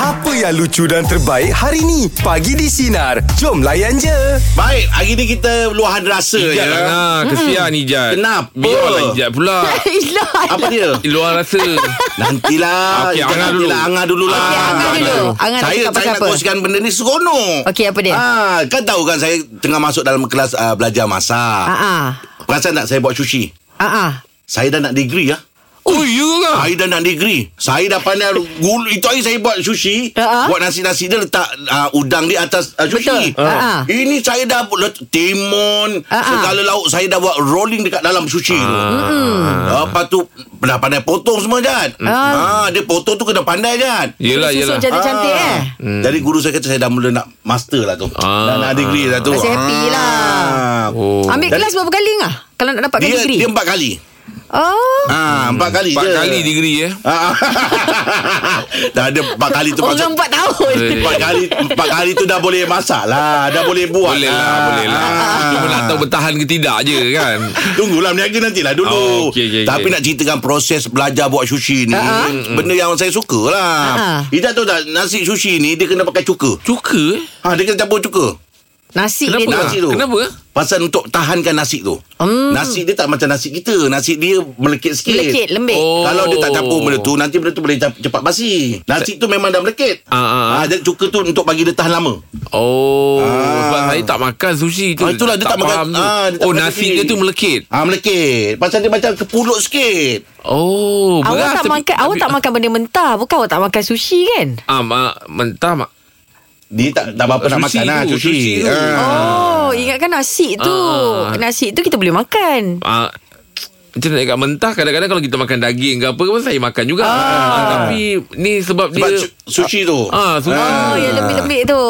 Apa yang lucu dan terbaik hari ni? Pagi di Sinar. Jom layan je. Baik, hari ni kita luahan rasa ya. je. Ijat lah nah, Kesian Ijat Kenapa? Biar orang Ijat pula Ilah Apa dia? Luar rasa Nantilah. Okey, Jangan Angah dulu. nantilah, Angah dululah. Okey, Angah dulu. Angah nak saya, cakap saya pasal nak apa? kongsikan benda ni seronok. Okey, apa dia? Ah, kan tahu kan saya tengah masuk dalam kelas ah, belajar masak. Ah ah. Perasan tak saya buat sushi? Ah ah. Saya dah nak degree ya. Oh ya ke Saya dah nak degree. Saya dah pandai gul itu hari saya buat sushi, Ha, ha. buat nasi-nasi dia letak uh, udang di atas uh, sushi. Betul. Ha, ha. Ini saya dah bu- let, timun, Ha, ha. segala lauk saya dah buat rolling dekat dalam sushi tu. Ah. Mm-hmm. Lepas tu dah pandai potong semua Jad. Ha, Ah. dia potong tu kena pandai Jad. Yelah yelah Susu cantik-cantik Ah. eh. Jadi guru saya kata saya dah mula nak master lah tu. Ah. Dah nak degree lah tu. Rasa happy Ah. lah. Oh. Ambil Jadi- kelas berapa kali ngah? Kalau nak dapatkan Dia degree. dia empat kali. Oh. Ah, empat kali Hmm. Empat je. kali degree eh Ah, dah ada empat kali tu Orang maksud empat tahun. Eh. empat kali empat kali tu dah boleh masak lah dah boleh buat Boleh lah Boleh lah Ah. Cuma nak tahu bertahan ke tidak je kan Tunggulah meniaga nantilah dulu Oh, okey, okey, Tapi okey. nak ceritakan proses belajar buat sushi ni Ah, uh-huh. Benda yang saya suka lah Ha-ha. Ijat tahu tak nasi sushi ni dia kena pakai cuka Cuka eh ha, Dia kena campur cuka Nasi dia Kenapa tu. Nasi tu Kenapa? Pasal untuk tahankan nasi tu Hmm. Nasi dia tak macam nasi kita Nasi dia melekit sikit Melekit, lembik. Oh. Kalau dia tak campur benda tu Nanti benda tu boleh cap- cepat basi Nasi tu memang dah melekit Ah, ah, ah. Ah, Jadi cuka tu untuk bagi dia tahan lama Oh Ah. Sebab saya tak makan sushi tu Ah, itulah, dia tak makan- faham tu. ah, dia tak Oh makan nasi sushi. dia tu melekit Ah melekit Pasal dia macam kepulut sikit Oh Awak beras tak tapi- makan awak tapi- tak makan benda mentah. Bukan awak tak makan sushi kan? Ah, ma- mentah mak. Dia tak, tak apa-apa nak Sushi makan tu, lah Sushi, sushi tu. Ah. Oh, ingatkan nasi tu. Ah. Nasi tu kita boleh makan. Ah, macam nak cakap mentah kadang-kadang kalau kita makan daging ke apa pun saya makan juga. Ah, tapi ni sebab, Sebab dia su- sushi tu Ah. Ah, sushi. Oh, yang lembik-lembik tu.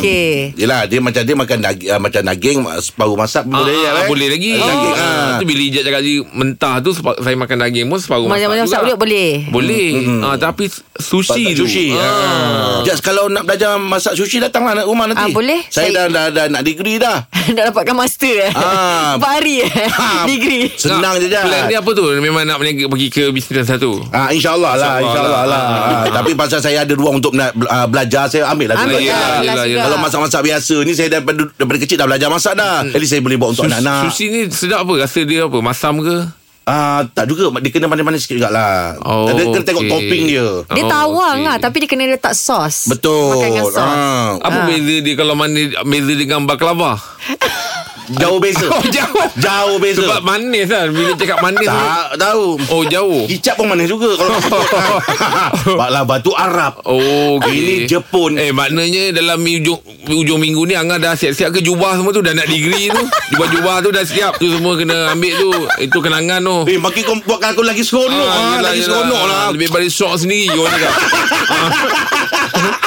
Okey. Yelah dia macam dia makan daging, uh, macam daging uh, baru masak Ah, boleh ya ah, kan? boleh lagi. Ah, Daging. Ah, ah. Tu bila Ijat cakap tadi mentah tu sepa- saya makan daging pun separuh masak. Macam-macam juga. masak boleh boleh. Boleh. Hmm, Ah, tapi sushi tu. Sushi. Ah. Ah. Just kalau nak belajar masak sushi datanglah nak rumah nanti. Ah, boleh. Saya, Saya- dah, dah, dah nak degree dah. Nak dapatkan master eh. Ah. Empat hari eh. Ah. Degree. Senang Nak- je dah. Plan dia apa tu? Memang nak meniaga pergi ke bisnes satu. Ah insyaallah lah InsyaAllah insyaallah lah. lah. Ah, tapi pasal saya ada ruang untuk nak ah, belajar saya ambil lah. tu. Ambil yelah, lah. yelah, kelas yelah. juga. Kalau masak-masak biasa ni saya daripada, daripada kecil dah belajar masak dah. Hmm. Jadi saya boleh buat untuk anak-anak. Sushi ni sedap apa? Rasa dia apa? Masam ke? Ah tak juga dia kena pandai-pandai sikit jugalah. Oh, dia kena tengok okey. topping dia. Dia Oh, tawang okey. lah Tapi dia kena letak sos Betul. Makan dengan sos Ah, Apa beza dia kalau mana beza dengan baklava? jauh beza. Oh, jauh. Jauh beza. Sebab manis kan Bila cakap manis tak tahu. Oh jauh Kicap pun manis juga kalau Baklava tu Arab. Oh okay. Ini Jepun. Eh maknanya dalam ujung, ujung minggu ni Angah dah siap-siap ke jubah semua tu Dah nak degree tu Jubah-jubah tu dah siap Tu semua kena ambil tu Itu kenangan tu Eh, makin kau buatkan aku lagi seronok ah, yelah, Lagi yelah. seronok lah Lebih pada syok sendiri Kau cakap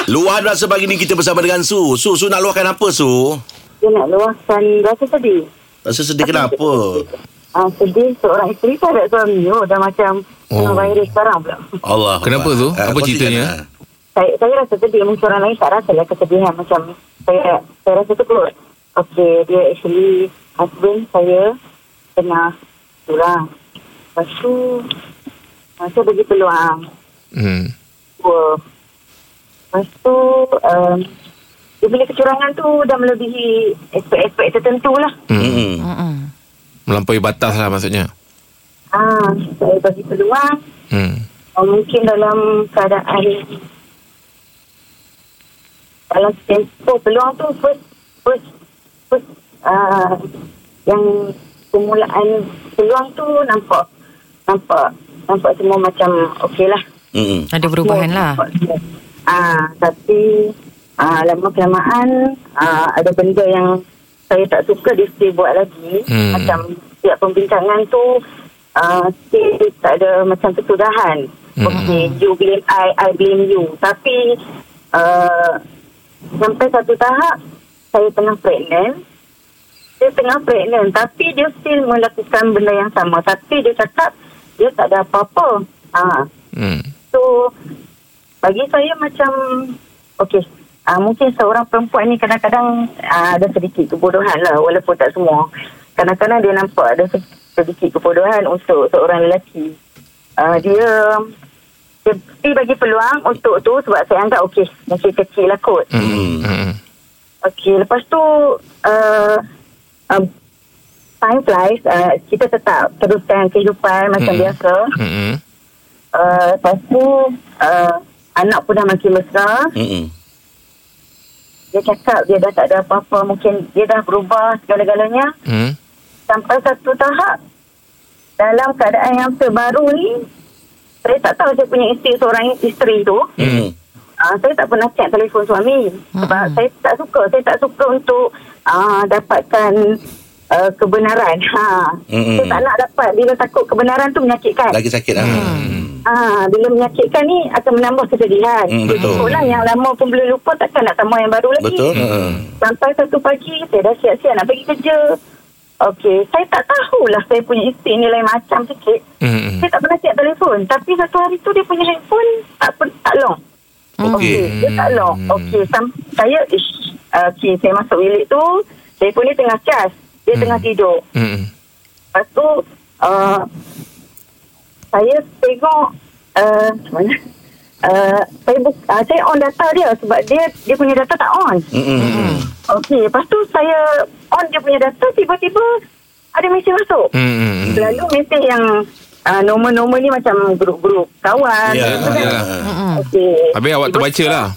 Luahan rasa pagi ni kita bersama dengan Su Su, Su nak luahkan apa Su? Dia nak luahkan rasa sedih. Rasa sedih kenapa? Ah, sedih seorang isteri tak ada suami. Oh, dah macam oh. virus sekarang pula. Allah Kenapa, Su? Ah, Apa kau ceritanya? ceritakan, ah. Saya, saya rasa sedih. Mungkin orang lain tak rasa lah kesedihan. Macam saya, saya rasa tu keluar. Okay, dia actually husband saya tengah curang. Lepas tu, ah, saya bagi peluang. hmm. Dua. Lepas tu, um, dia punya kecurangan tu dah melebihi aspek-aspek tertentu lah. ah. Mm-mm. Hmm. Melampaui batas lah maksudnya Ah, saya bagi peluang. hmm. Oh, mungkin dalam keadaan dalam tempoh peluang tu first first first uh, yang permulaan peluang tu nampak nampak nampak semua macam okey lah. Mm-mm. Ada perubahan lah Ah, tapi ah, lama kelamaan ah, ada benda yang saya tak suka dia still buat lagi. Hmm. Macam setiap pembincangan tu ah, still tak ada macam kesudahan. Hmm. Okay, you blame I, I blame you. Tapi ah, sampai satu tahap saya tengah pregnant. Dia tengah pregnant tapi dia still melakukan benda yang sama. Tapi dia cakap dia tak ada apa-apa. Ah, Hmm. So bagi saya macam okey uh, mungkin seorang perempuan ni kadang-kadang uh, ada sedikit kebodohan lah walaupun tak semua. Kadang-kadang dia nampak ada se- sedikit kebodohan untuk seorang lelaki. Uh, Ah, dia dia Tapi bagi peluang untuk tu sebab saya anggap okey masih kecil lah kot. Hmm. Hmm. Okey lepas tu uh, um, time flies uh, kita tetap teruskan kehidupan macam Hmm. biasa. Hmm. Uh, lepas tu uh, anak pun dah makin besar. Mm-mm. Dia cakap dia dah tak ada apa-apa mungkin dia dah berubah segala-galanya. Hmm. sampai satu tahap dalam keadaan yang terbaru ni saya tak tahu saya punya isteri seorang isteri tu Mm-mm. uh, saya tak pernah check telefon suami sebab Mm-mm. saya tak suka saya tak suka untuk uh, dapatkan uh, kebenaran ha Mm-mm. saya tak nak dapat bila takut kebenaran tu menyakitkan Hmm. Lagi sakit lah. Ah, bila menyakitkan ni akan menambah kesedihan. Hmm, betul. Orang yang lama pun belum lupa takkan nak tambah yang baru lagi. Betul? Mm. Sampai satu pagi saya dah siap-siap nak pergi kerja. Okey, saya tak tahulah saya punya isteri ni lain macam sikit. Hmm. Saya tak pernah siap telefon. Tapi satu hari tu dia punya handphone tak, per, tak long. Okey, okay, dia tak long. Okey, sam- saya ish, okey, saya masuk bilik tu, telefon dia tengah cas. Dia Hmm. tengah tidur. Hmm. Lepas tu uh, saya tengok uh, macam mana? Uh, saya, bu- uh, saya on data dia sebab dia dia punya data tak on. Mm-mm. Okey, lepas tu saya on dia punya data tiba-tiba ada mesej masuk. Hmm. Selalu mesej yang uh, nombor-nombor ni macam grup-grup kawan. Ya. gitu kan. Yalah. Okey. Habis awak terbaca lah.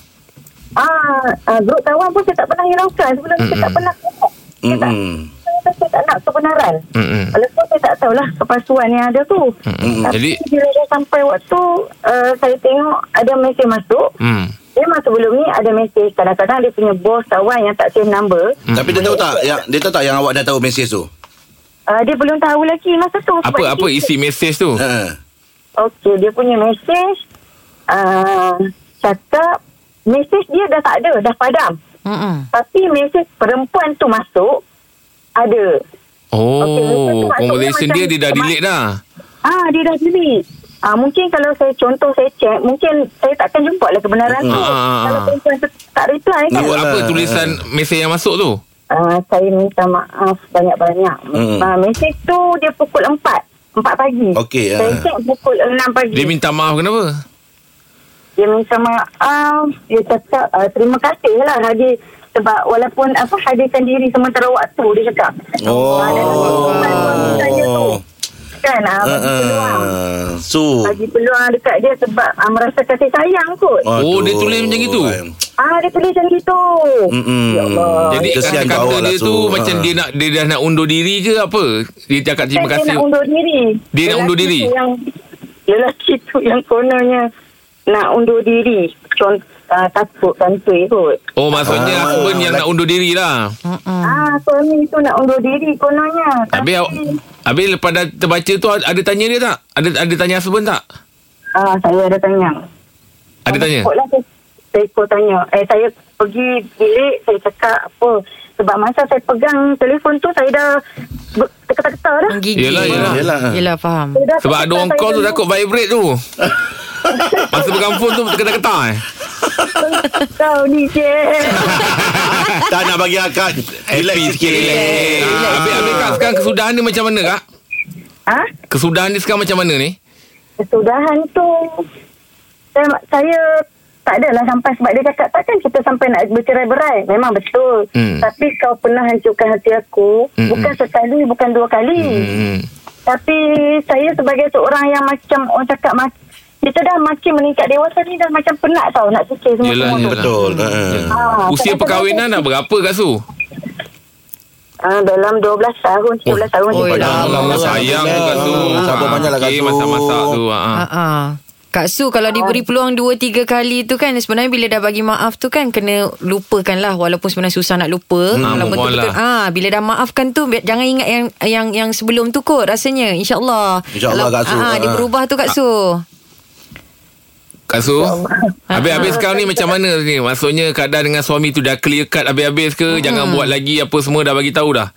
Ah, uh, grup kawan pun saya tak pernah hiraukan sebelum ni saya tak pernah tengok. Saya tak, Mm-mm. saya, saya tak nak kebenaran. Hmm. Walaupun saya tak tahulah kepasuan yang ada tu. Mm-mm. Tapi Jadi- bila dah sampai waktu uh, saya tengok ada mesej masuk. Hmm. Memang sebelum ni ada mesej kadang-kadang dia punya bos kawan yang tak save number. Tapi dia tahu tak yang, Dia tahu tak yang awak dah tahu mesej tu Uh, dia belum tahu lagi masa tu. sebab Apa apa dia- isi mesej tu? Ha. Okey, dia punya mesej uh, cakap mesej dia dah tak ada, dah padam. Mm-mm. Tapi mesej perempuan tu masuk ada. Oh, conversation dia dia dah delete dah. Ah, dia dah delete. Ah, mungkin kalau saya contoh saya check, mungkin saya takkan jumpa lah kebenaran Ah, tu. ah, ah. Kalau perempuan tu tak reply kan. Yalah. Apa tulisan mesej yang masuk tu? Ah, saya minta maaf banyak-banyak. Hmm. Ah, mesej tu dia pukul 4. 4 pagi. Okey, Saya ah. check pukul 6 pagi. Dia minta maaf kenapa? dia minta maaf dia cakap uh, terima kasih lah Hadi sebab walaupun apa hadirkan diri sementara waktu dia cakap Oh. Ah, dalam kehidupan wanita dia tu. kan Ah, Ha, uh, bagi ha. peluang Oh. So bagi peluang dekat dia sebab uh, merasa kasih sayang kot ah Aduh. Oh, dia tulis macam gitu? dia tulis macam gitu Mm-mm. ya Allah Jadi Kesian kat kata-kata awak lah dia tu tu. macam Ha. dia nak dia dah nak undur diri ke apa? Dia cakap terima Kan Dia kasih. nak undur diri. Dia nak undur Lelaki diri? tu Yang, lelaki tu yang kononnya nak undur diri. Contoh uh, takut kantoi kot. Oh, maksudnya Ah. aku pun yang nak undur diri lah. Mm-mm. Ah, suami tu nak undur diri kononnya. Habis awak- habis lepas dah terbaca tu ada tanya dia tak? Ada ada tanya husband tak? Ah, saya ada tanya. Ada tanya? Ikut lah saya, saya ikut tanya. Eh, saya pergi bilik, saya cakap apa. Sebab masa saya pegang telefon tu, saya dah ber- terketar-ketar dah. Menggigil. Yelah, yelah. Yelah. Yelah, faham. Saya dah Sebab ada terketar, orang saya call tu dah- takut vibrate tu. Masa pegang phone tu ketar-ketar eh. Kau ni je. Ah, Tak nak bagi akak Relax sikit relax. Ah, Habis habis kak sekarang kesudahan dia macam mana kak? ah? Kesudahan dia sekarang macam mana ni? Kesudahan tu saya, saya tak adalah sampai sebab dia cakap takkan kita sampai nak bercerai-berai. Memang betul. Hmm. Tapi kau pernah hancurkan hati aku. Hmm, Bukan sekali, bukan dua kali. Hmm. Tapi saya sebagai seorang yang macam orang cakap mak- kita dah makin meningkat dewasa ni dah macam penat tau nak fikir Yelah, semua-semua tu. yelah. Betul ha. Ah, Usia kadang-kadang perkahwinan dah berapa Kak Su? Ah, dalam 12 tahun, 13 tahun. Oh, kita yelah. dah- Allah, Allah sayang tu Kak Su. Ah, sabar banyak lah, Kak Okey, Su. masak-masak tu. ah. Ah, ah. Kak Su kalau diberi peluang dua tiga kali tu kan sebenarnya bila dah bagi maaf tu kan kena lupakan lah walaupun sebenarnya susah nak lupa Hmm, Kalau move on betul-betul- ah bila dah maafkan tu bi- jangan ingat yang yang yang sebelum tu kot rasanya insyaallah InsyaAllah, Kalau- Kak Su. ah, dia Ah. berubah tu Kak Su Kak Su Habis-habis sekarang ni macam mana ni Hmm. Maksudnya keadaan dengan suami tu Dah clear cut habis-habis ke Jangan buat lagi apa semua Dah bagi tahu dah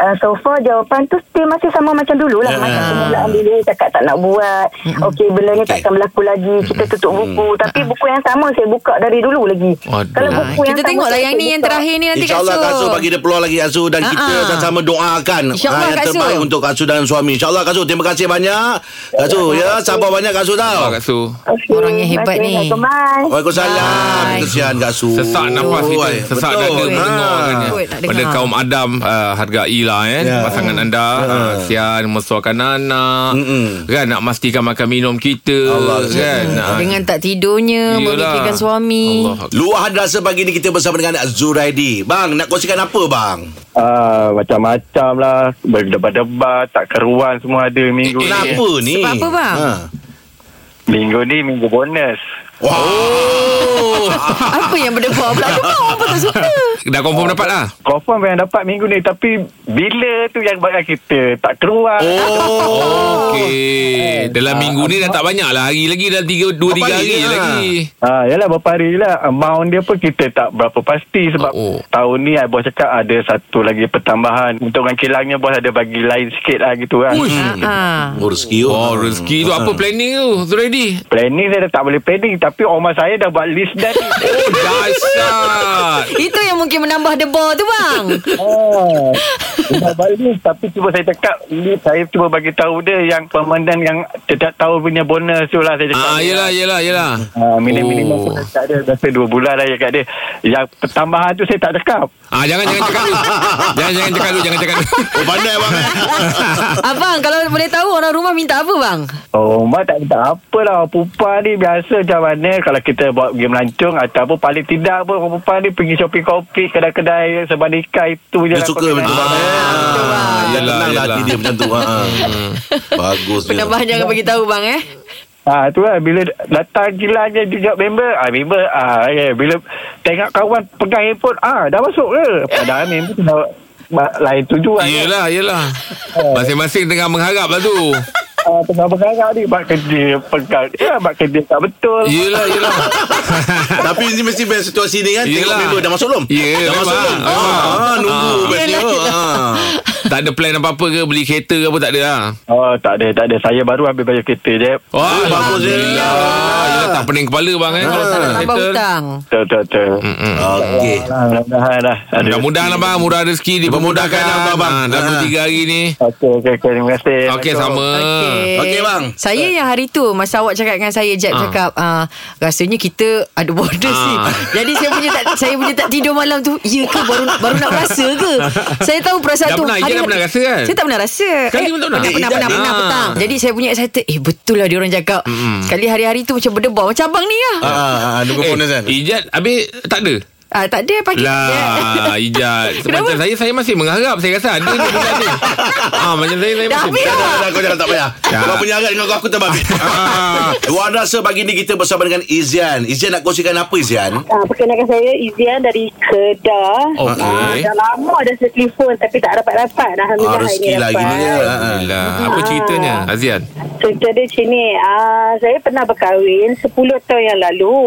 Uh, so far jawapan tu still masih sama macam dulu Ya. lah. Macam permulaan dulu cakap tak nak buat. Okey benda ni takkan berlaku lagi. Kita tutup buku. Ah. Tapi buku yang sama saya buka dari dulu lagi. Aduh. Ah, kita sama tengoklah saya yang ni yang buka. terakhir ni nanti InsyaAllah Kak Su bagi dia peluang lagi Kak Su Dan kita Ha-ha. sama-sama doakan InsyaAllah, Yang Kak Su. terbaik untuk Kak Su dan suami InsyaAllah Kak Su Terima kasih banyak Kak Su ya, Sabar banyak Kak Su Nampak tau Kak Su Okey, Orang yang hebat baik, ni. Assalamualaikum. Oh, Waalaikumsalam Bye. Kesian Kak Su Sesak nafas kita Oh, Oi, Sesak betul. dada mendengar Ha. orangnya. Betul, nak Pada dengar. kaum Adam uh, Hargai lah Ya. eh yeah. Pasangan anda yeah. uh, Sian Mensuakan anak Mm-mm. Kan nak pastikan makan minum kita Allah, ya. Ha. kan Ah, Dengan tak tidurnya iyalah. Memikirkan suami Allah. Luahan rasa pagi ni kita bersama dengan Zuraidi Bang nak kongsikan apa bang? Ah, macam-macam lah Berdebat-debat Tak keruan semua ada Eh, minggu ni Kenapa ni? Sebab apa, bang? Ha. Minggu ni minggu bonus Wah Oh. Ah, Apa yang berdebar pula Debar apa tak suka Dah confirm dapat lah Confirm yang dapat minggu ni Tapi bila tu yang bakal kita Tak keruan Oh Eh, Okey Dalam minggu ni dah tak banyak lah Hari lagi dah 3, 2-3 Berapa hari hari, hari ni, ha? lagi Ah, yalah berapa hari lah Amount dia pun kita tak berapa pasti Sebab Oh. oh. tahun ni ah, Bos cakap ada satu lagi pertambahan Untuk orang kilangnya Bos ada bagi lain sikit lah gitu kan Uish. Ah, Oh rezeki Oh rezeki tu apa planning tu Zuraidi Planning saya dah tak boleh planning Tapi oma saya dah buat list dah ni Oh dahsyat Itu yang mungkin menambah debar tu bang Ah, dah buat list Tapi cuba saya cakap list Saya cuba bagi tahu dia Yang permandan yang Tidak tahu punya bonus tu lah Saya cakap Ah, yelah, yelah, yelah. Ah, minim-minim Oh. oh. aku dah cakap dia Biasa dua bulan lah yang kat dia Yang pertambahan tu saya tak cakap Ah, jangan, jangan cakap dulu. jangan, jangan cakap dulu, jangan cakap dulu. Oh pandai bang eh? Abang kalau boleh tahu Orang rumah minta apa bang Ya. Oh, Mak tak minta apa lah. Perempuan ni biasa macam mana kalau kita buat pergi melancong ataupun paling tidak pun orang perempuan ni pergi shopping kopi kedai-kedai sebab nikah itu je Dia lah suka kau macam tu kenal. bang eh? Ah, betul, bang. Dia Yelah, tenang lah hati yelah. dia macam tu ha. Bagus dia Penambahan jangan bagi tahu bang eh Ah, tu lah bila datang gila je juga member, ah member ah yeah. bila tengok kawan pegang handphone, ah dah masuk ke? Padahal member kena ba- lain tujuan. kan? Yelah, yelah. Masing-masing tengah mengharap lah tu. Ah, tengah bergarap ni buat kerja pegang. Ya, buat kerja tak betul. Yelah, yelah. Tapi ini mesti best situasi ni kan Tengok Yelah. member dah masuk belum? Ya, dah memang, masuk belum? memang. Ah, ah, Nunggu Ah. bestnya ha. tak ada plan apa-apa ke beli kereta ke apa tak ada lah. Oh, tak ada, tak ada. Saya baru ambil bayar kereta je. Wah, Eh, bagus je. Alhamdulillah. Yelah, tak pening kepala bang eh. Kalau tak ada Tambah kereta. Ah. hutang Betul, betul, betul. Mm-mm. Okey Ah, Mudah-mudahan lah. Ada- Mudah-mudahan lah bang Murah rezeki Dipermudahkan Dipermudahkan, lah abang. bang Ah. Dalam 3 hari ni Okey, okey, okey. Terima kasih. Okey sama Okey. Okey, bang. Saya yang hari tu masa awak cakap dengan saya Jeb Eh. Ah. cakap ah rasanya kita ada border Ah. sih. Jadi saya punya tak saya punya tak tidur malam tu. Ya ke baru baru nak rasa ke? Saya tahu perasaan Dah tu. pernah, Ijaz dah hari- pernah rasa kan? Saya tak pernah rasa. Sekali pun tak pernah? Pernah Eh, pernah Ijaz pernah, dia- pernah Ah. petang. Jadi saya punya excited. Eh betul lah dia orang cakap. Sekali hari-hari tu macam berdebar macam abang ni lah. Ah, ah, ah, Ada Eh, bonus kan? Ijat habis tak ada Ah tak ada pakai. Lah Ijat Kenapa? Macam saya Saya masih mengharap Saya rasa ada je bulan ni ah, Macam saya Saya Dah masih habis Dah, dah. dah, dah, kau jangan tak payah. Dah. Kau punya agak dengan kau, aku terbabit. Ya. Ah. Luar rasa pagi ni kita bersama dengan Izian. Izian nak kongsikan apa Izian? Ah, perkenalkan saya Izian dari Kedah. Okey. Ah, dah lama dah saya telefon tapi tak dapat-dapat. Ah, Alhamdulillah hari rezeki ni lah dapat. gini dia. Ah, ah. Alhamdulillah lah. Apa ceritanya Azian Cerita dia macam ni ah, Saya pernah berkahwin 10 tahun yang lalu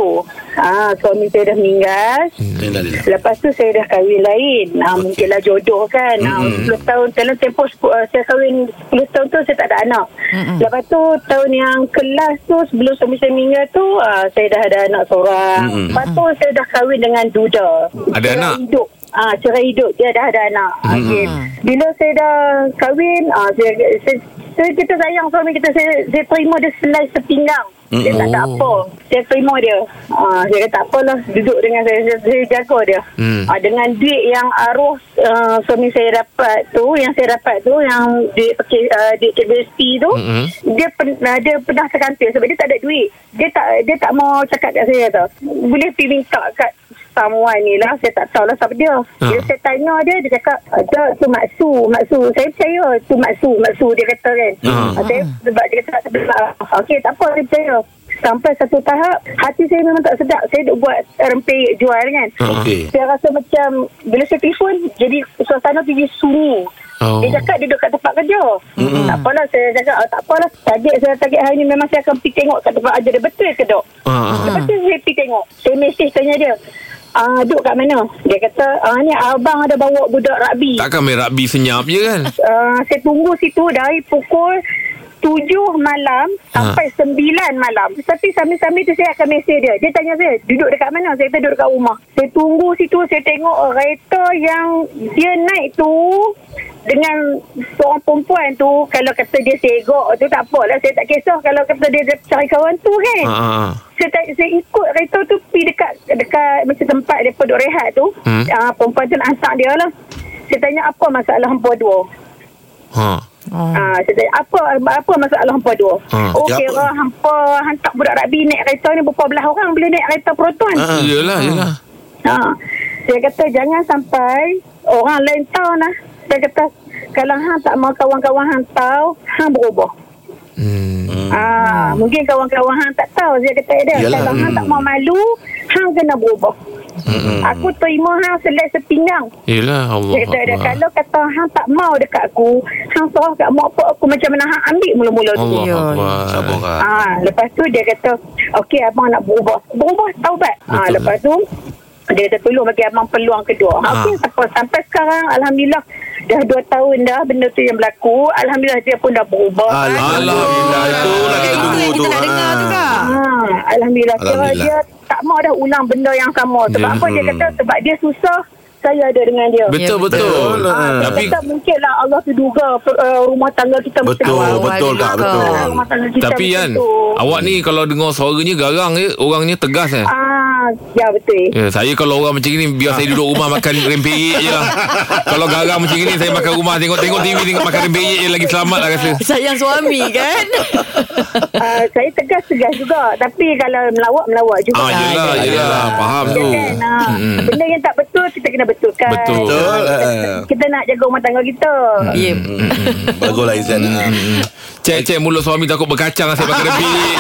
ah, Suami saya dah meninggal Alhamdulillah. Lepas tu saya dah kahwin lain ah, Mungkinlah jodoh kan mm-hmm. ah, 10 tahun Dalam tempoh sepu- ah, saya kahwin 10 tahun tu saya tak ada anak mm-hmm. Lepas tu tahun yang kelas tu Sebelum suami saya meninggal tu ah, Saya dah ada anak seorang mm-hmm. Lepas tu saya dah kahwin dengan duda Ada Cerai anak? Mhm. hidup Ah, cerai hidup dia dah ada anak. Mm-hmm. Okey. Bila saya dah kahwin, ah saya, saya, saya kita sayang suami kita saya, saya terima dia selai sepinggang. Mm-hmm. Dia Mhm. tak Oh. ada apa. Saya terima dia. Ah saya kata tak apalah duduk dengan saya saya, saya jaga dia. Hmm. Ah dengan duit yang arwah uh, suami saya dapat tu, yang saya dapat tu yang duit okay, uh, duit KBSP tu, Mm-mm. dia pen, uh, dia pernah terkantil sebab dia tak ada duit. Dia tak dia tak mau cakap kat saya tau. Boleh pergi minta kat someone ni lah Saya tak tahulah siapa dia Bila Ha. saya tanya dia Dia cakap Tak tu Maksu Maksu Saya percaya tu Maksu Maksu dia kata kan Ha. saya, Sebab dia kata "Ah, Okey tak apa Saya percaya Sampai satu tahap Hati saya memang tak sedap Saya duk buat Rempeyek jual kan Ah. Okey. Saya rasa macam Bila saya telefon Jadi suasana tu jadi sunyi Oh. Dia cakap dia duduk kat tempat kerja mm-hmm. Tak apalah saya cakap oh, Tak apalah Target saya target hari ni Memang saya akan pergi tengok Kat tempat kerja dia Betul ke dok Ah, ah. Lepas tu saya pergi tengok Saya mesej tanya dia ah, duk kat mana? Dia kata, ah, ni abang ada bawa budak rugby. Takkan main rugby senyap je kan? Uh, saya tunggu situ dari pukul 7 malam Ha. sampai 9 malam. Tapi sambil-sambil tu saya akan mesej dia. Dia tanya saya, duduk dekat mana? Saya kata duduk dekat rumah. Saya tunggu situ, saya tengok kereta yang dia naik tu dengan seorang perempuan tu kalau kata dia segok tu tak apalah saya tak kisah kalau kata dia cari kawan tu kan Ha, ha. saya, tak, saya ikut kereta tu pergi dekat dekat macam tempat dia duk rehat tu Hmm. hmm. uh, perempuan tu nak hantar dia lah saya tanya apa masalah hampa dua Ha. Oh. Ah, saya tanya, apa apa masalah hampa dua? Ah, oh, Hmm. dia kira apa? hampa hantar budak rugby naik kereta ni berapa belah orang boleh naik kereta Proton. Ah. Ah. Yelah, yelah. Saya kata jangan sampai orang lain tahu lah. Saya kata kalau hang tak mau kawan-kawan hang tahu, hang berubah. Hmm. Ah, mungkin kawan-kawan hang tak tahu saya kata "Eh, dia. Yalah, Kalau hang hmm. tak mau malu, hang kena berubah. Aku terima hang selai sepinggang. Yelah, Allah. Dia kata dia Allah. kalau kata hang tak mau dekat aku, hang suruh kat mak pak aku macam mana hang ambil mula-mula tu. Allah Ya. Akbar. Sabar kak Ah, lepas tu dia kata, okey abang nak berubah. Berubah taubat. Ah, Betul. lepas tu dia kata tolong bagi abang peluang kedua. Ah. Ah. Okey, sampai, sampai sekarang alhamdulillah dah 2 tahun dah benda tu yang berlaku. Alhamdulillah dia pun dah berubah. Alhamdulillah Itulah kita Itu tunggu yang tu kita nak dengar tu Ah. kak. Ah, alhamdulillah. alhamdulillah. Alhamdulillah. Dia tak mau dah ulang benda yang sama. Sebab Dia- apa dia kata sebab dia susah saya ada dengan dia. Ya. Betul, Ya, betul. betul. Ah, Ah, Tapi tapi mungkinlah Allah tu duga per- uh, rumah tangga kita Betul macam- Betul lah, kak Betul Ah, rumah tangga kita tapi macam kan, tu. awak ni kalau dengar suaranya garang je, orangnya tegas eh. Ah, ya betul. Ya, saya kalau orang macam ni Biar saya duduk rumah makan rempeyek je lah Kalau garang macam ni Saya makan rumah Tengok-tengok TV Tengok makan rempeyek je Lagi selamat lah rasa Sayang suami kan? Uh, saya tegas-tegas juga Tapi kalau melawak-melawak juga Ah, yelah, Kan? yelah Faham Ya tu kan, ah. Mm-mm. Benda yang tak betul Kita kena betulkan Betul. Betul ah. Kita nak jaga rumah tangga kita Ya. Hmm. Baguslah Izan Ah. Cek-cek mulut suami takut berkacang lah Saya makan Eh. rempeyek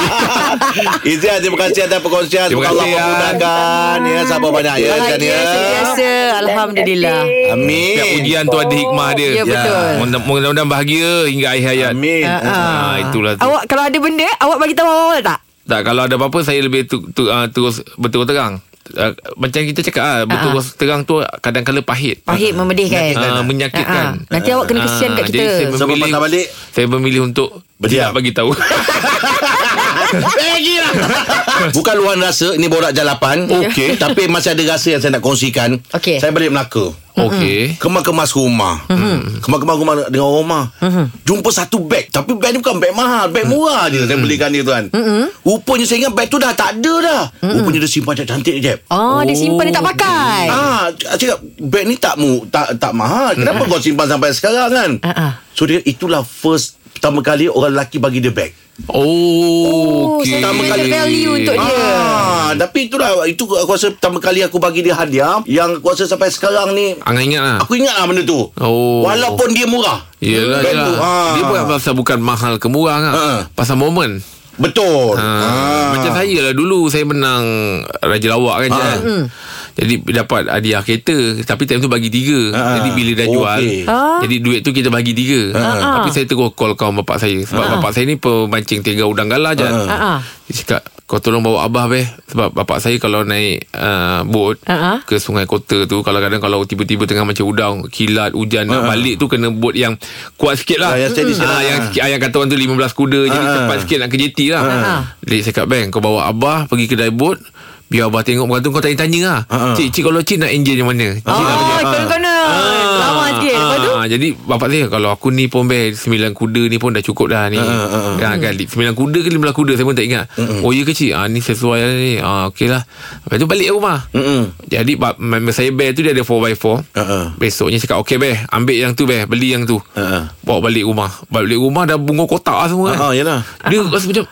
Izan terima kasih atas perkongsian Terima Semoga Allah kasih, An. memudahkan Ya sabar banyak ya Izan Bahagia ya sentiasa. Alhamdulillah. Amin Setiap ujian tu ada hikmah dia Ya, betul. Mudah- Mudah-mudahan bahagia Hingga akhir hayat Amin Ah, ah. Ah, itulah tu. Awak kalau ada benda, awak bagi tahu awal tak? Tak kalau ada apa-apa Saya lebih tu, tu, uh, terus Betul terang uh, Macam kita cakap uh, Betul terang tu Kadang-kadang pahit Ah, Pahit memedihkan. Ah, menyakitkan. Ah, ah. Nanti awak kena kesian Ah, kat Jadi saya kita. Sebelum memilih, patah balik. Saya memilih untuk Berdiam. tidak bagi tahu. Eh, Bukan luar rasa Ini borak jalapan Okey Tapi masih ada rasa yang saya nak kongsikan Okey. Mhm. Saya balik Melaka Okey. Kemas-kemas rumah mm-hmm. Kemas-kemas rumah dengan orang rumah mm-hmm. Jumpa satu beg Tapi beg ni bukan beg mahal Beg Hmm. murah je Saya belikan dia tu kan mm-hmm. Mhm. Rupanya saya ingat beg tu dah tak ada dah mm-hmm. Rupanya dia simpan cantik-cantik je Oh, dia simpan dia tak pakai. Ah, cakap beg ni tak mu tak tak mahal. Kenapa kau simpan sampai sekarang kan? Mhm. Oh. Ah, ah. So dia itulah first pertama kali orang lelaki bagi dia beg. Oh, okey. sentimental value Eh, untuk dia. Ah, tapi itulah itu aku rasa pertama kali aku bagi dia hadiah yang aku rasa sampai sekarang ni Angan ingat lah. aku ingat lah benda tu. Oh. Walaupun dia murah. Yelah, Beg yelah. tu, ah. Dia bukan pasal bukan mahal ke murah kan. Ha. Pasal momen. Betul. Ha. Macam saya lah dulu saya menang Raja Lawak kan. Ah. Jan. Hmm. Jadi dapat hadiah kereta Tapi time tu bagi tiga Ah. Jadi bila dah jual Okey. Ah. Ah. Jadi duit tu kita bagi tiga Tapi saya terus call kawan bapak saya Sebab bapak saya ni pemancing tiga udang galah je Ah, ah. Dia cakap Kau tolong bawa Abah beh Sebab bapak saya kalau naik uh, Bot Ah, ah. Ke sungai kota tu Kadang-kadang kalau tiba-tiba Tengah macam udang Kilat hujan Nak balik tu kena bot yang Kuat sikit lah Ah, yang steady sikit Ah, lah. Yang sikit- ah, yang kata orang tu 15 kuda Jadi Ah. cepat sikit nak ke JT lah ah. Dia cakap bang Kau bawa Abah Pergi kedai bot Biar Abah tengok Bukan tu kau tanya-tanya lah Ah, ah. Cik, cik kalau cik nak enjin yang mana Cik nak Oh, kena-kena. Lama sikit. Lepas tu? Ah, Jadi bapak saya Kalau aku ni pun best Sembilan kuda ni pun dah cukup dah ni ah, ha, kan, li- Sembilan kuda ke lima belas kuda Saya pun tak ingat Oh ya kecil ha, Ni sesuai lah ni ha, Okey lah Lepas tu balik rumah Mm-mm. Jadi bab- member saya bear tu Dia ada 4x4 Uh-uh. Besoknya cakap Okey bear Ambil yang tu bear Beli yang tu Ah. Bawa balik rumah Balik rumah dah bunga kotak lah semua kan. Ha yalah. Dia rasa macam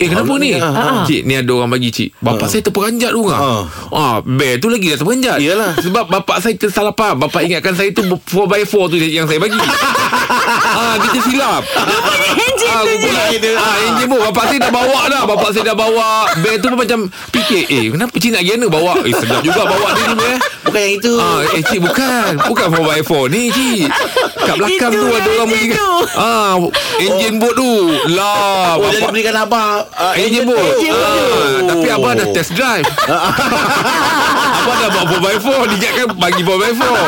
Eh kenapa lah ni? ni? Ha, Cik ni ada orang bagi cik. Bapak saya terperanjat tu Ha. kan. Ah, bear tu lagi dah terperanjat. Yalah. Sebab bapak saya tersalah faham. Bapak ingatkan saya tu 4x4 tu yang saya bagi. ah, kita silap. Enjin Ah, tu je. rupanya ah, enjin pun Bapak saya dah bawa dah Bapak saya dah bawa Bear tu pun macam Fikir Eh kenapa cik nak giana bawa Eh sedap juga bawa dia ni eh Bukan yang itu. Ah, eh cik bukan Bukan 4x4 ni cik Kat belakang Itu tu ada yang orang engine beli tu. Ah, Enjin boat tu Lah Oh, bapak- jadi belikan Ah, abah uh, Engine boat Oh. Ah. ah, Tapi Abah dah test drive Abang dah bawa 4x4 Dia kan bagi 4x4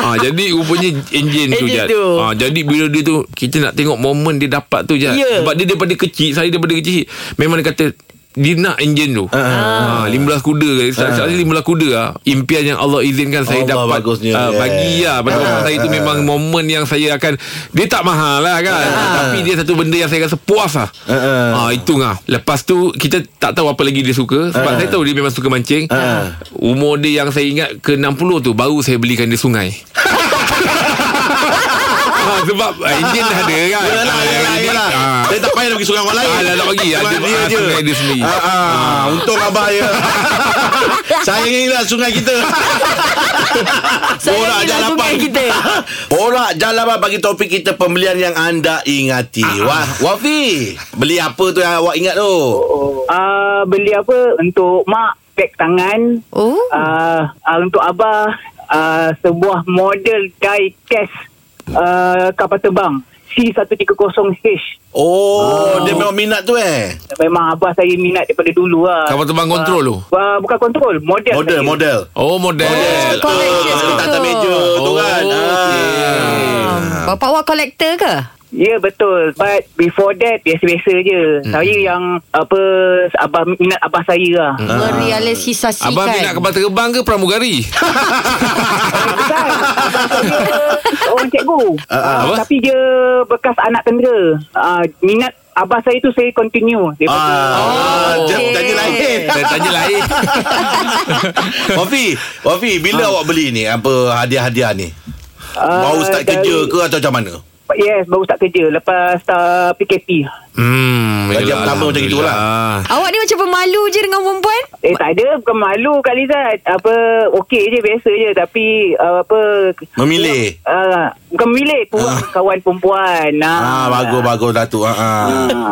ha, Jadi rupanya Enjin tu Enjin Jad tu. ha, Jadi bila dia tu Kita nak tengok Momen dia dapat tu Jad Ya. Sebab dia daripada kecil Saya daripada kecil Memang dia kata dia nak enjin tu Ah. ha, 15 kuda ke Saya uh. 15 kuda lah Impian yang Allah izinkan Saya Allah dapat bagusnya, yeah. ah, Bagi lah Pada orang saya Ah. tu memang Momen yang saya akan Dia tak mahal lah kan Tapi dia satu benda Yang saya rasa puas lah Ah. Ah, itu lah Lepas tu Kita tak tahu apa lagi dia suka Sebab saya tahu dia memang suka mancing Ah. Umur dia yang saya ingat Ke 60 tu Baru saya belikan dia sungai Ah, sebab ah, enjin dah ada Yalah, kan Ah, yalah, jadi, yalah. ah. Saya tak payah nak pergi surau orang lain. Ah, dah tak bagi. Ah, Sebab dia- dia ah, je. sungai dia sendiri. Ah, ah, untung abah ya. Saya ingat sungai kita. Saya ingat sungai kita. Borak jalapan bagi topik kita pembelian yang anda ingati. Wah, Wafi, beli apa tu yang awak ingat tu? Ah, beli apa untuk mak beg tangan. Oh. Ah, ah, untuk abah ah, sebuah model diecast ah, kapal terbang C130H. Oh, dia memang minat tu eh. Memang abah saya minat daripada dulu lah. Kapal terbang kontrol tu Ah, bukan kontrol, model. Model, saya. model. Oh model Model. Betul. collection Betul. Tata Ya, betul. meja tu Oh, kan. okey. Ah. Um, bapak awak kolektor ke? Ya yeah, betul But before that Biasa-biasa je hmm. Saya yang Apa abah, Minat abah saya lah hmm. Merealisasikan. Abang minat kapal terbang ke pramugari? Ah, Bukan Dia Orang cikgu Ah, ah, Ah, apa? Tapi dia Bekas anak tentera Ah, Minat abah saya tu Saya continue Daripada Ah, Oh, dia okey. tanya lain. Saya tanya lain Wafi, Wafi, Ah. bila awak beli ni apa hadiah-hadiah ni? Ah, Baru start dari- kerja ke atau macam mana? Yes baru start kerja Lepas start PKP Hmm Gaji yelah, pertama macam lah. itulah. Alhamdulillah. Awak ni macam pemalu je dengan perempuan? Eh tak ada Bukan malu Kak Lizat Apa Okey je biasa je Tapi uh, Apa Memilih. uh, Bukan memilih Kurang kawan perempuan Ya. Ah, bagus bagus Datuk. Ha. Ah.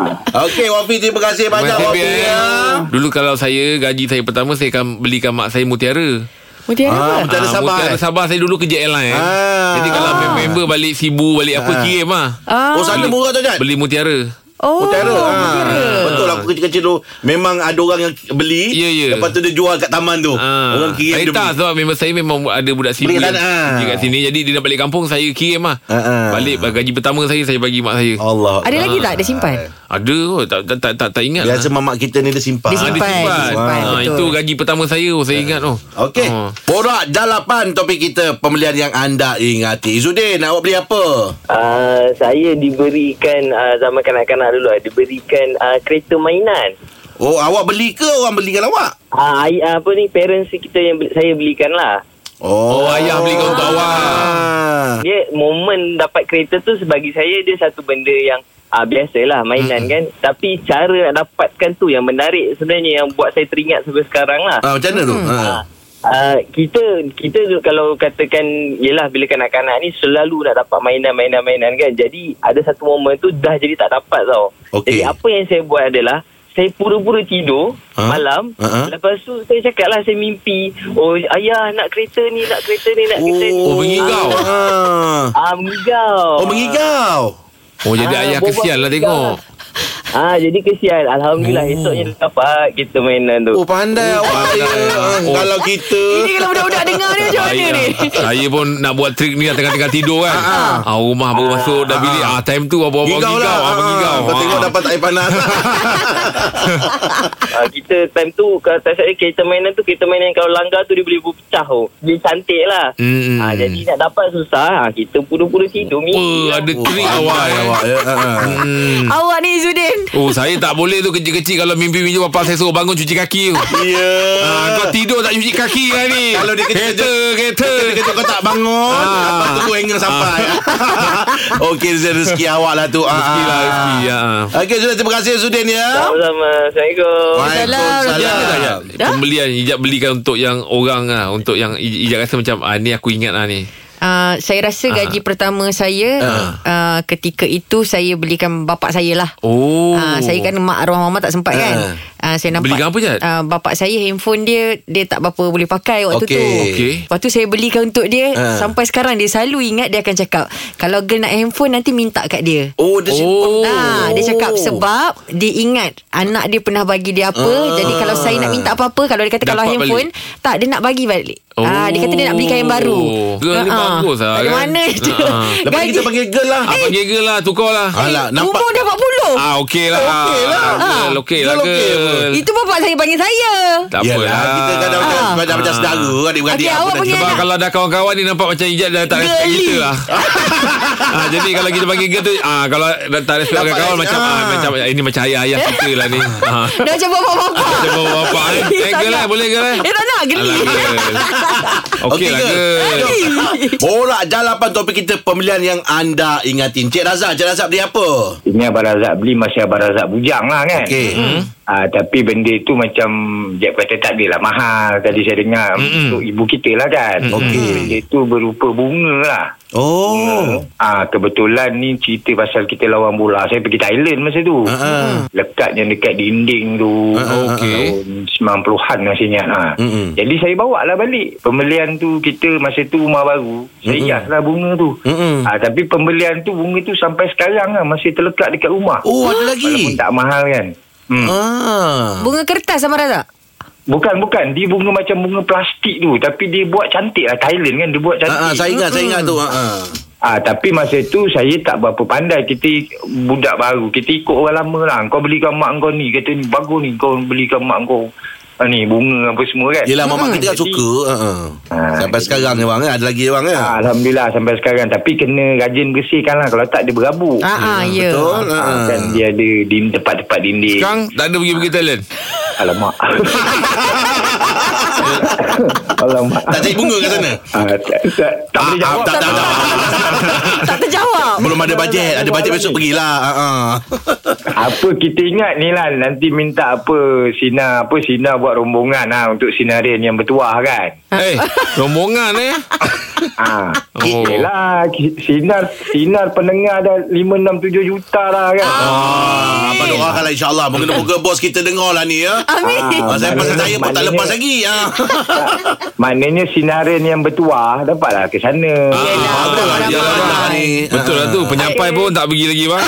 Okey, Wafi terima kasih banyak Terima Wafi. kasih, Ya. Bian. Dulu kalau saya gaji saya pertama saya akan belikan mak saya mutiara. Mutiara Ah, apa? mutiara Ah, Sabah. Mutiara eh? Sabah saya dulu kerja airline. Ah. Jadi kalau member balik Sibu balik apa kirim ah. Ah. Oh, sana murah tu Jad? Beli mutiara. Oh, Mutiara. Ah. mutiara. Betul aku kecil-kecil tu memang ada orang yang beli Ya, ya. lepas tu dia jual kat taman tu. Ah. Oh, Orang kirim saya dia tak beli. sebab memang saya memang ada budak Sibu Beli kat yang tanah. kerja kat sini. Jadi dia nak balik kampung saya kirim ah. Ah, ah. Oh. Balik gaji pertama saya saya bagi mak saya. Allah. Ada lagi tak? Ada simpan? Ah. Ada kot tak tak tak tak, tak ingat Biasa lah. mamak kita ni dia simpan. Dia Ah, simpan. disimpan. Disimpan, Ah, betul. itu gaji pertama saya oh, saya ingat oh. Okey. Ah. Borak jalapan topik kita pembelian yang anda ingati. Izudin, awak beli apa? Uh, saya diberikan uh, zaman kanak-kanak dulu uh, diberikan uh, kereta mainan. Oh, awak beli ke orang belikan awak? Uh, I, uh, apa ni parents kita yang beli, saya belikan lah. Oh, ayah belikan untuk awak. Ah. Dia momen dapat kereta tu bagi saya dia satu benda yang uh, biasalah mainan kan. Tapi cara nak dapatkan tu yang menarik sebenarnya yang buat saya teringat sampai sekarang lah. Ah, macam mana tu? Ha. Uh, kita kita tu kalau katakan Yelah bila kanak-kanak ni selalu nak dapat mainan-mainan-mainan kan Jadi ada satu momen tu dah jadi tak dapat tau Okey. Jadi apa yang saya buat adalah Saya pura-pura tidur Ha? malam Ha, ha. Lepas tu saya cakap lah saya mimpi Oh ayah nak kereta ni nak kereta ni nak kereta ni Oh, mengigau. Ah. Ah mengigau Oh, mengigau. Oh jadi Ah, ayah buat-buat kesian lah tengok Ah jadi kesian Alhamdulillah oh. esoknya dapat kereta mainan tu Oh, pandai awak. pandai. ya. Ah, Oh. Kalau kita... Ini kalau budak-budak dengar ni macam mana Saya- ni? Saya pun nak buat trik ni lah Tengah-tengah tidur kan ah, Rumah baru masuk Dah bilik ah, Time tu abang-abang Gigau gigau lah. Abang Ah, gigau Kau tengok Ah. dapat air panas. Ah, kita time tu kalau tak saya kereta mainan tu kereta mainan yang kalau langgar tu dia boleh berpecah oh. Dia cantik lah. Hmm. Ah, jadi nak dapat susah ah, kita pura-pura tidur mimpi Wah, lah. ada trik Pandai awak eh. awak. ya. Oh, Ah, ah. Awak ni Izudin. Oh saya tak boleh tu kecil-kecil Kalau mimpi-mimpi Bapak saya suruh bangun cuci kaki tu Ya. ah, Kau tidur tak cuci kaki kan ni Kalau dia kerja- Kereta Kereta Kejap kau tak bangun Ah. Lepas tu kau hanggang sampai Okey Zul, rezeki awak lah tu Rezeki lah rezeki ya. Okey sudah terima kasih Sudin ya Sama-sama. Assalamualaikum. Waalaikumsalam. Waalaikumsalam Pembelian Ijab belikan untuk yang orang lah Untuk yang Ijab rasa macam ah, Ni aku ingat lah ni uh, saya rasa gaji pertama saya Ah. uh, ketika itu saya belikan bapak saya lah. Oh. Ah, saya kan mak arwah mama tak sempat kan. Ah, saya nampak. Belikan apa, Jad? Ah, bapak saya handphone dia dia tak berapa boleh pakai waktu Okey. tu. Okey. Lepas tu saya belikan untuk dia Ah. sampai sekarang dia selalu ingat dia akan cakap kalau girl nak handphone nanti minta kat dia. Oh, dia Oh. Ah, dia cakap sebab dia ingat anak dia pernah bagi dia apa. Ah. Jadi kalau saya nak minta apa-apa kalau dia kata kalau Dapat handphone tak dia nak bagi balik. Oh. Ah, dia kata dia nak belikan yang baru. Oh. Girl ni Ah, ah. bagus lah, Dari kan? mana tu? Ah, ah. Lepas ni kita panggil girl lah. Ah, panggil girl lah, tukar lah. Alah, nampak. eh, Umur dah 40. Ah, okey lah. Okey lah. Girl, okey lah, Girl okey girl. Itu bapak saya panggil saya. Tak Yalah, apalah. kita kan dah macam, Ah. dah macam saudara, adik-beradik. apa Okey, Ah. awak kan? dah panggil sebab- Sebab anak. kalau dah kawan-kawan ni nampak macam Ijat dah tak respect Girly. kita lah. ah, jadi kalau kita panggil girl tu ah, kalau dah tak respect Nampak kawan-kawan dah- macam ah. ah. macam ini macam ayah-ayah kita lah ni. Ah. Dah macam bapak-bapak. Macam bapak-bapak ni. Eh, Tak girl lah, nak. boleh girl lah. Dia tak nak geli. Alah, girl. Okey Okey, lah, girl. girl. Borak jalapan topik kita pemilihan yang anda ingatin. Cik Razak, Cik Razak beli apa? Ini Abang Razak beli Masih Abang Razak bujang lah kan Okey. Hmm. Ah, tapi benda tu macam Jeb kata tak adalah mahal Tadi saya dengar Mm-mm. Untuk ibu kita lah kan Okey. Benda tu berupa bunga lah Oh. Ah kebetulan ni cerita pasal kita lawan bola. Saya pergi Thailand masa tu. Ah, Ha-ha. Lekat yang dekat dinding tu. Ha-ha. Okey. Tahun 90-an masih ingat. Ha. ah, Mm-mm. Jadi saya bawa lah balik. Pembelian tu kita masa tu rumah baru. Saya hiaslah bunga tu. Mm-mm. Ah, tapi pembelian tu bunga tu sampai sekarang lah. Masih terlekat dekat rumah. Oh, ada lagi. Walaupun tak mahal kan. Hmm. Ah. Bunga kertas sama Razak? Bukan, bukan. Dia bunga macam bunga plastik tu. Tapi dia buat cantik lah. Thailand kan dia buat cantik. Ah, ah, saya ingat, saya ingat tu. Ah, ah. Ah tapi masa tu saya tak berapa pandai kita budak baru kita ikut orang lama lah kau belikan mak kau ni kata ni bagus ni kau belikan mak kau ah, ni bunga apa semua kan Yelah, mamak kita kan Jadi- suka. Ah, ah. Ah, Sampai jadi- sekarang ni bang, eh. ada lagi bang. eh. Ah, Alhamdulillah sampai sekarang tapi kena rajin bersihkan lah kalau tak dia berabuk Ah, ah, ya. Betul. Ah, Ah. kan dia ada di tempat-tempat dinding Sekarang tak ada pergi-pergi talent. alamak alamak Tak cari bunga ke sana? Ah, tak, tak, tak boleh Ah, jawab tak, tak, tak. Tak terjawab. Belum ada bajet. Ada bajet besok pergilah. Ah, ah. Apa kita ingat ni lah Nanti minta apa Sina Apa Sina buat rombongan lah Untuk sinarin yang bertuah kan Ah. Eh, rombongan eh. ha. Oh. oh. Yelah ki- Sinar Sinar pendengar dah 5-6-7 juta lah kan Ah, apa doakanlah insyaAllah. Moga-moga bos kita dengar lah ni ya. Amin. Ah, saya pasal maknanya- saya pun tak maknanya- lepas lagi. Ah. Maknanya sinarin yang bertuah Dapatlah ke sana Ah, betul lah, ramai. iyalah, dah ni. Betul lah tu Penyampai pun tak pergi lagi bang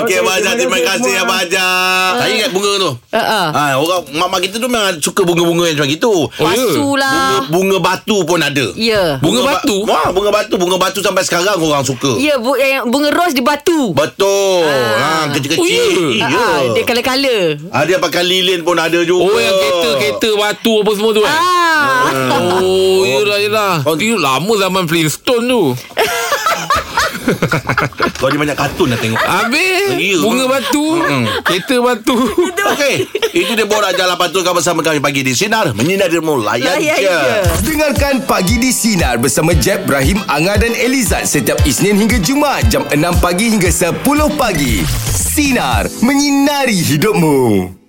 Okey, Okey, Abang Ajak. Terima terima kasih kasih, semua. Abang Ajak. Saya ingat bunga tu. Ah, ah. Ah, orang mak-mak kita tu memang suka bunga-bunga yang macam itu. Oh, ya? Pasu Bunga, lah. bunga batu pun ada. Ya. Bunga ba- batu? Wah, bunga batu. Bunga batu sampai sekarang orang suka. Ya, bu- eh, bunga ros di batu. Betul. Ha, Oh, ya? kecil-kecil. Ah, ya. ah, dia kala-kala. Ah, dia pakai lilin pun ada juga. Oh yang kereta Kereta batu apa semua tu kan Ah. Oh yelah yelah Oh. Itu lama zaman Flintstone tu Kau ni banyak kartun dah tengok. Habis Ya, Bunga bang. batu Mm-mm. Kereta batu Okey, itu dia borak jalan patutkan bersama kami pagi di Sinar. Menyinari dirimu, layan, Layan je. je. Dengarkan Pagi di Sinar bersama Jeb, Ibrahim, Anga dan Elizad setiap Isnin hingga Jumaat jam 6 pagi hingga 10 pagi. Sinar. Menyinari hidupmu.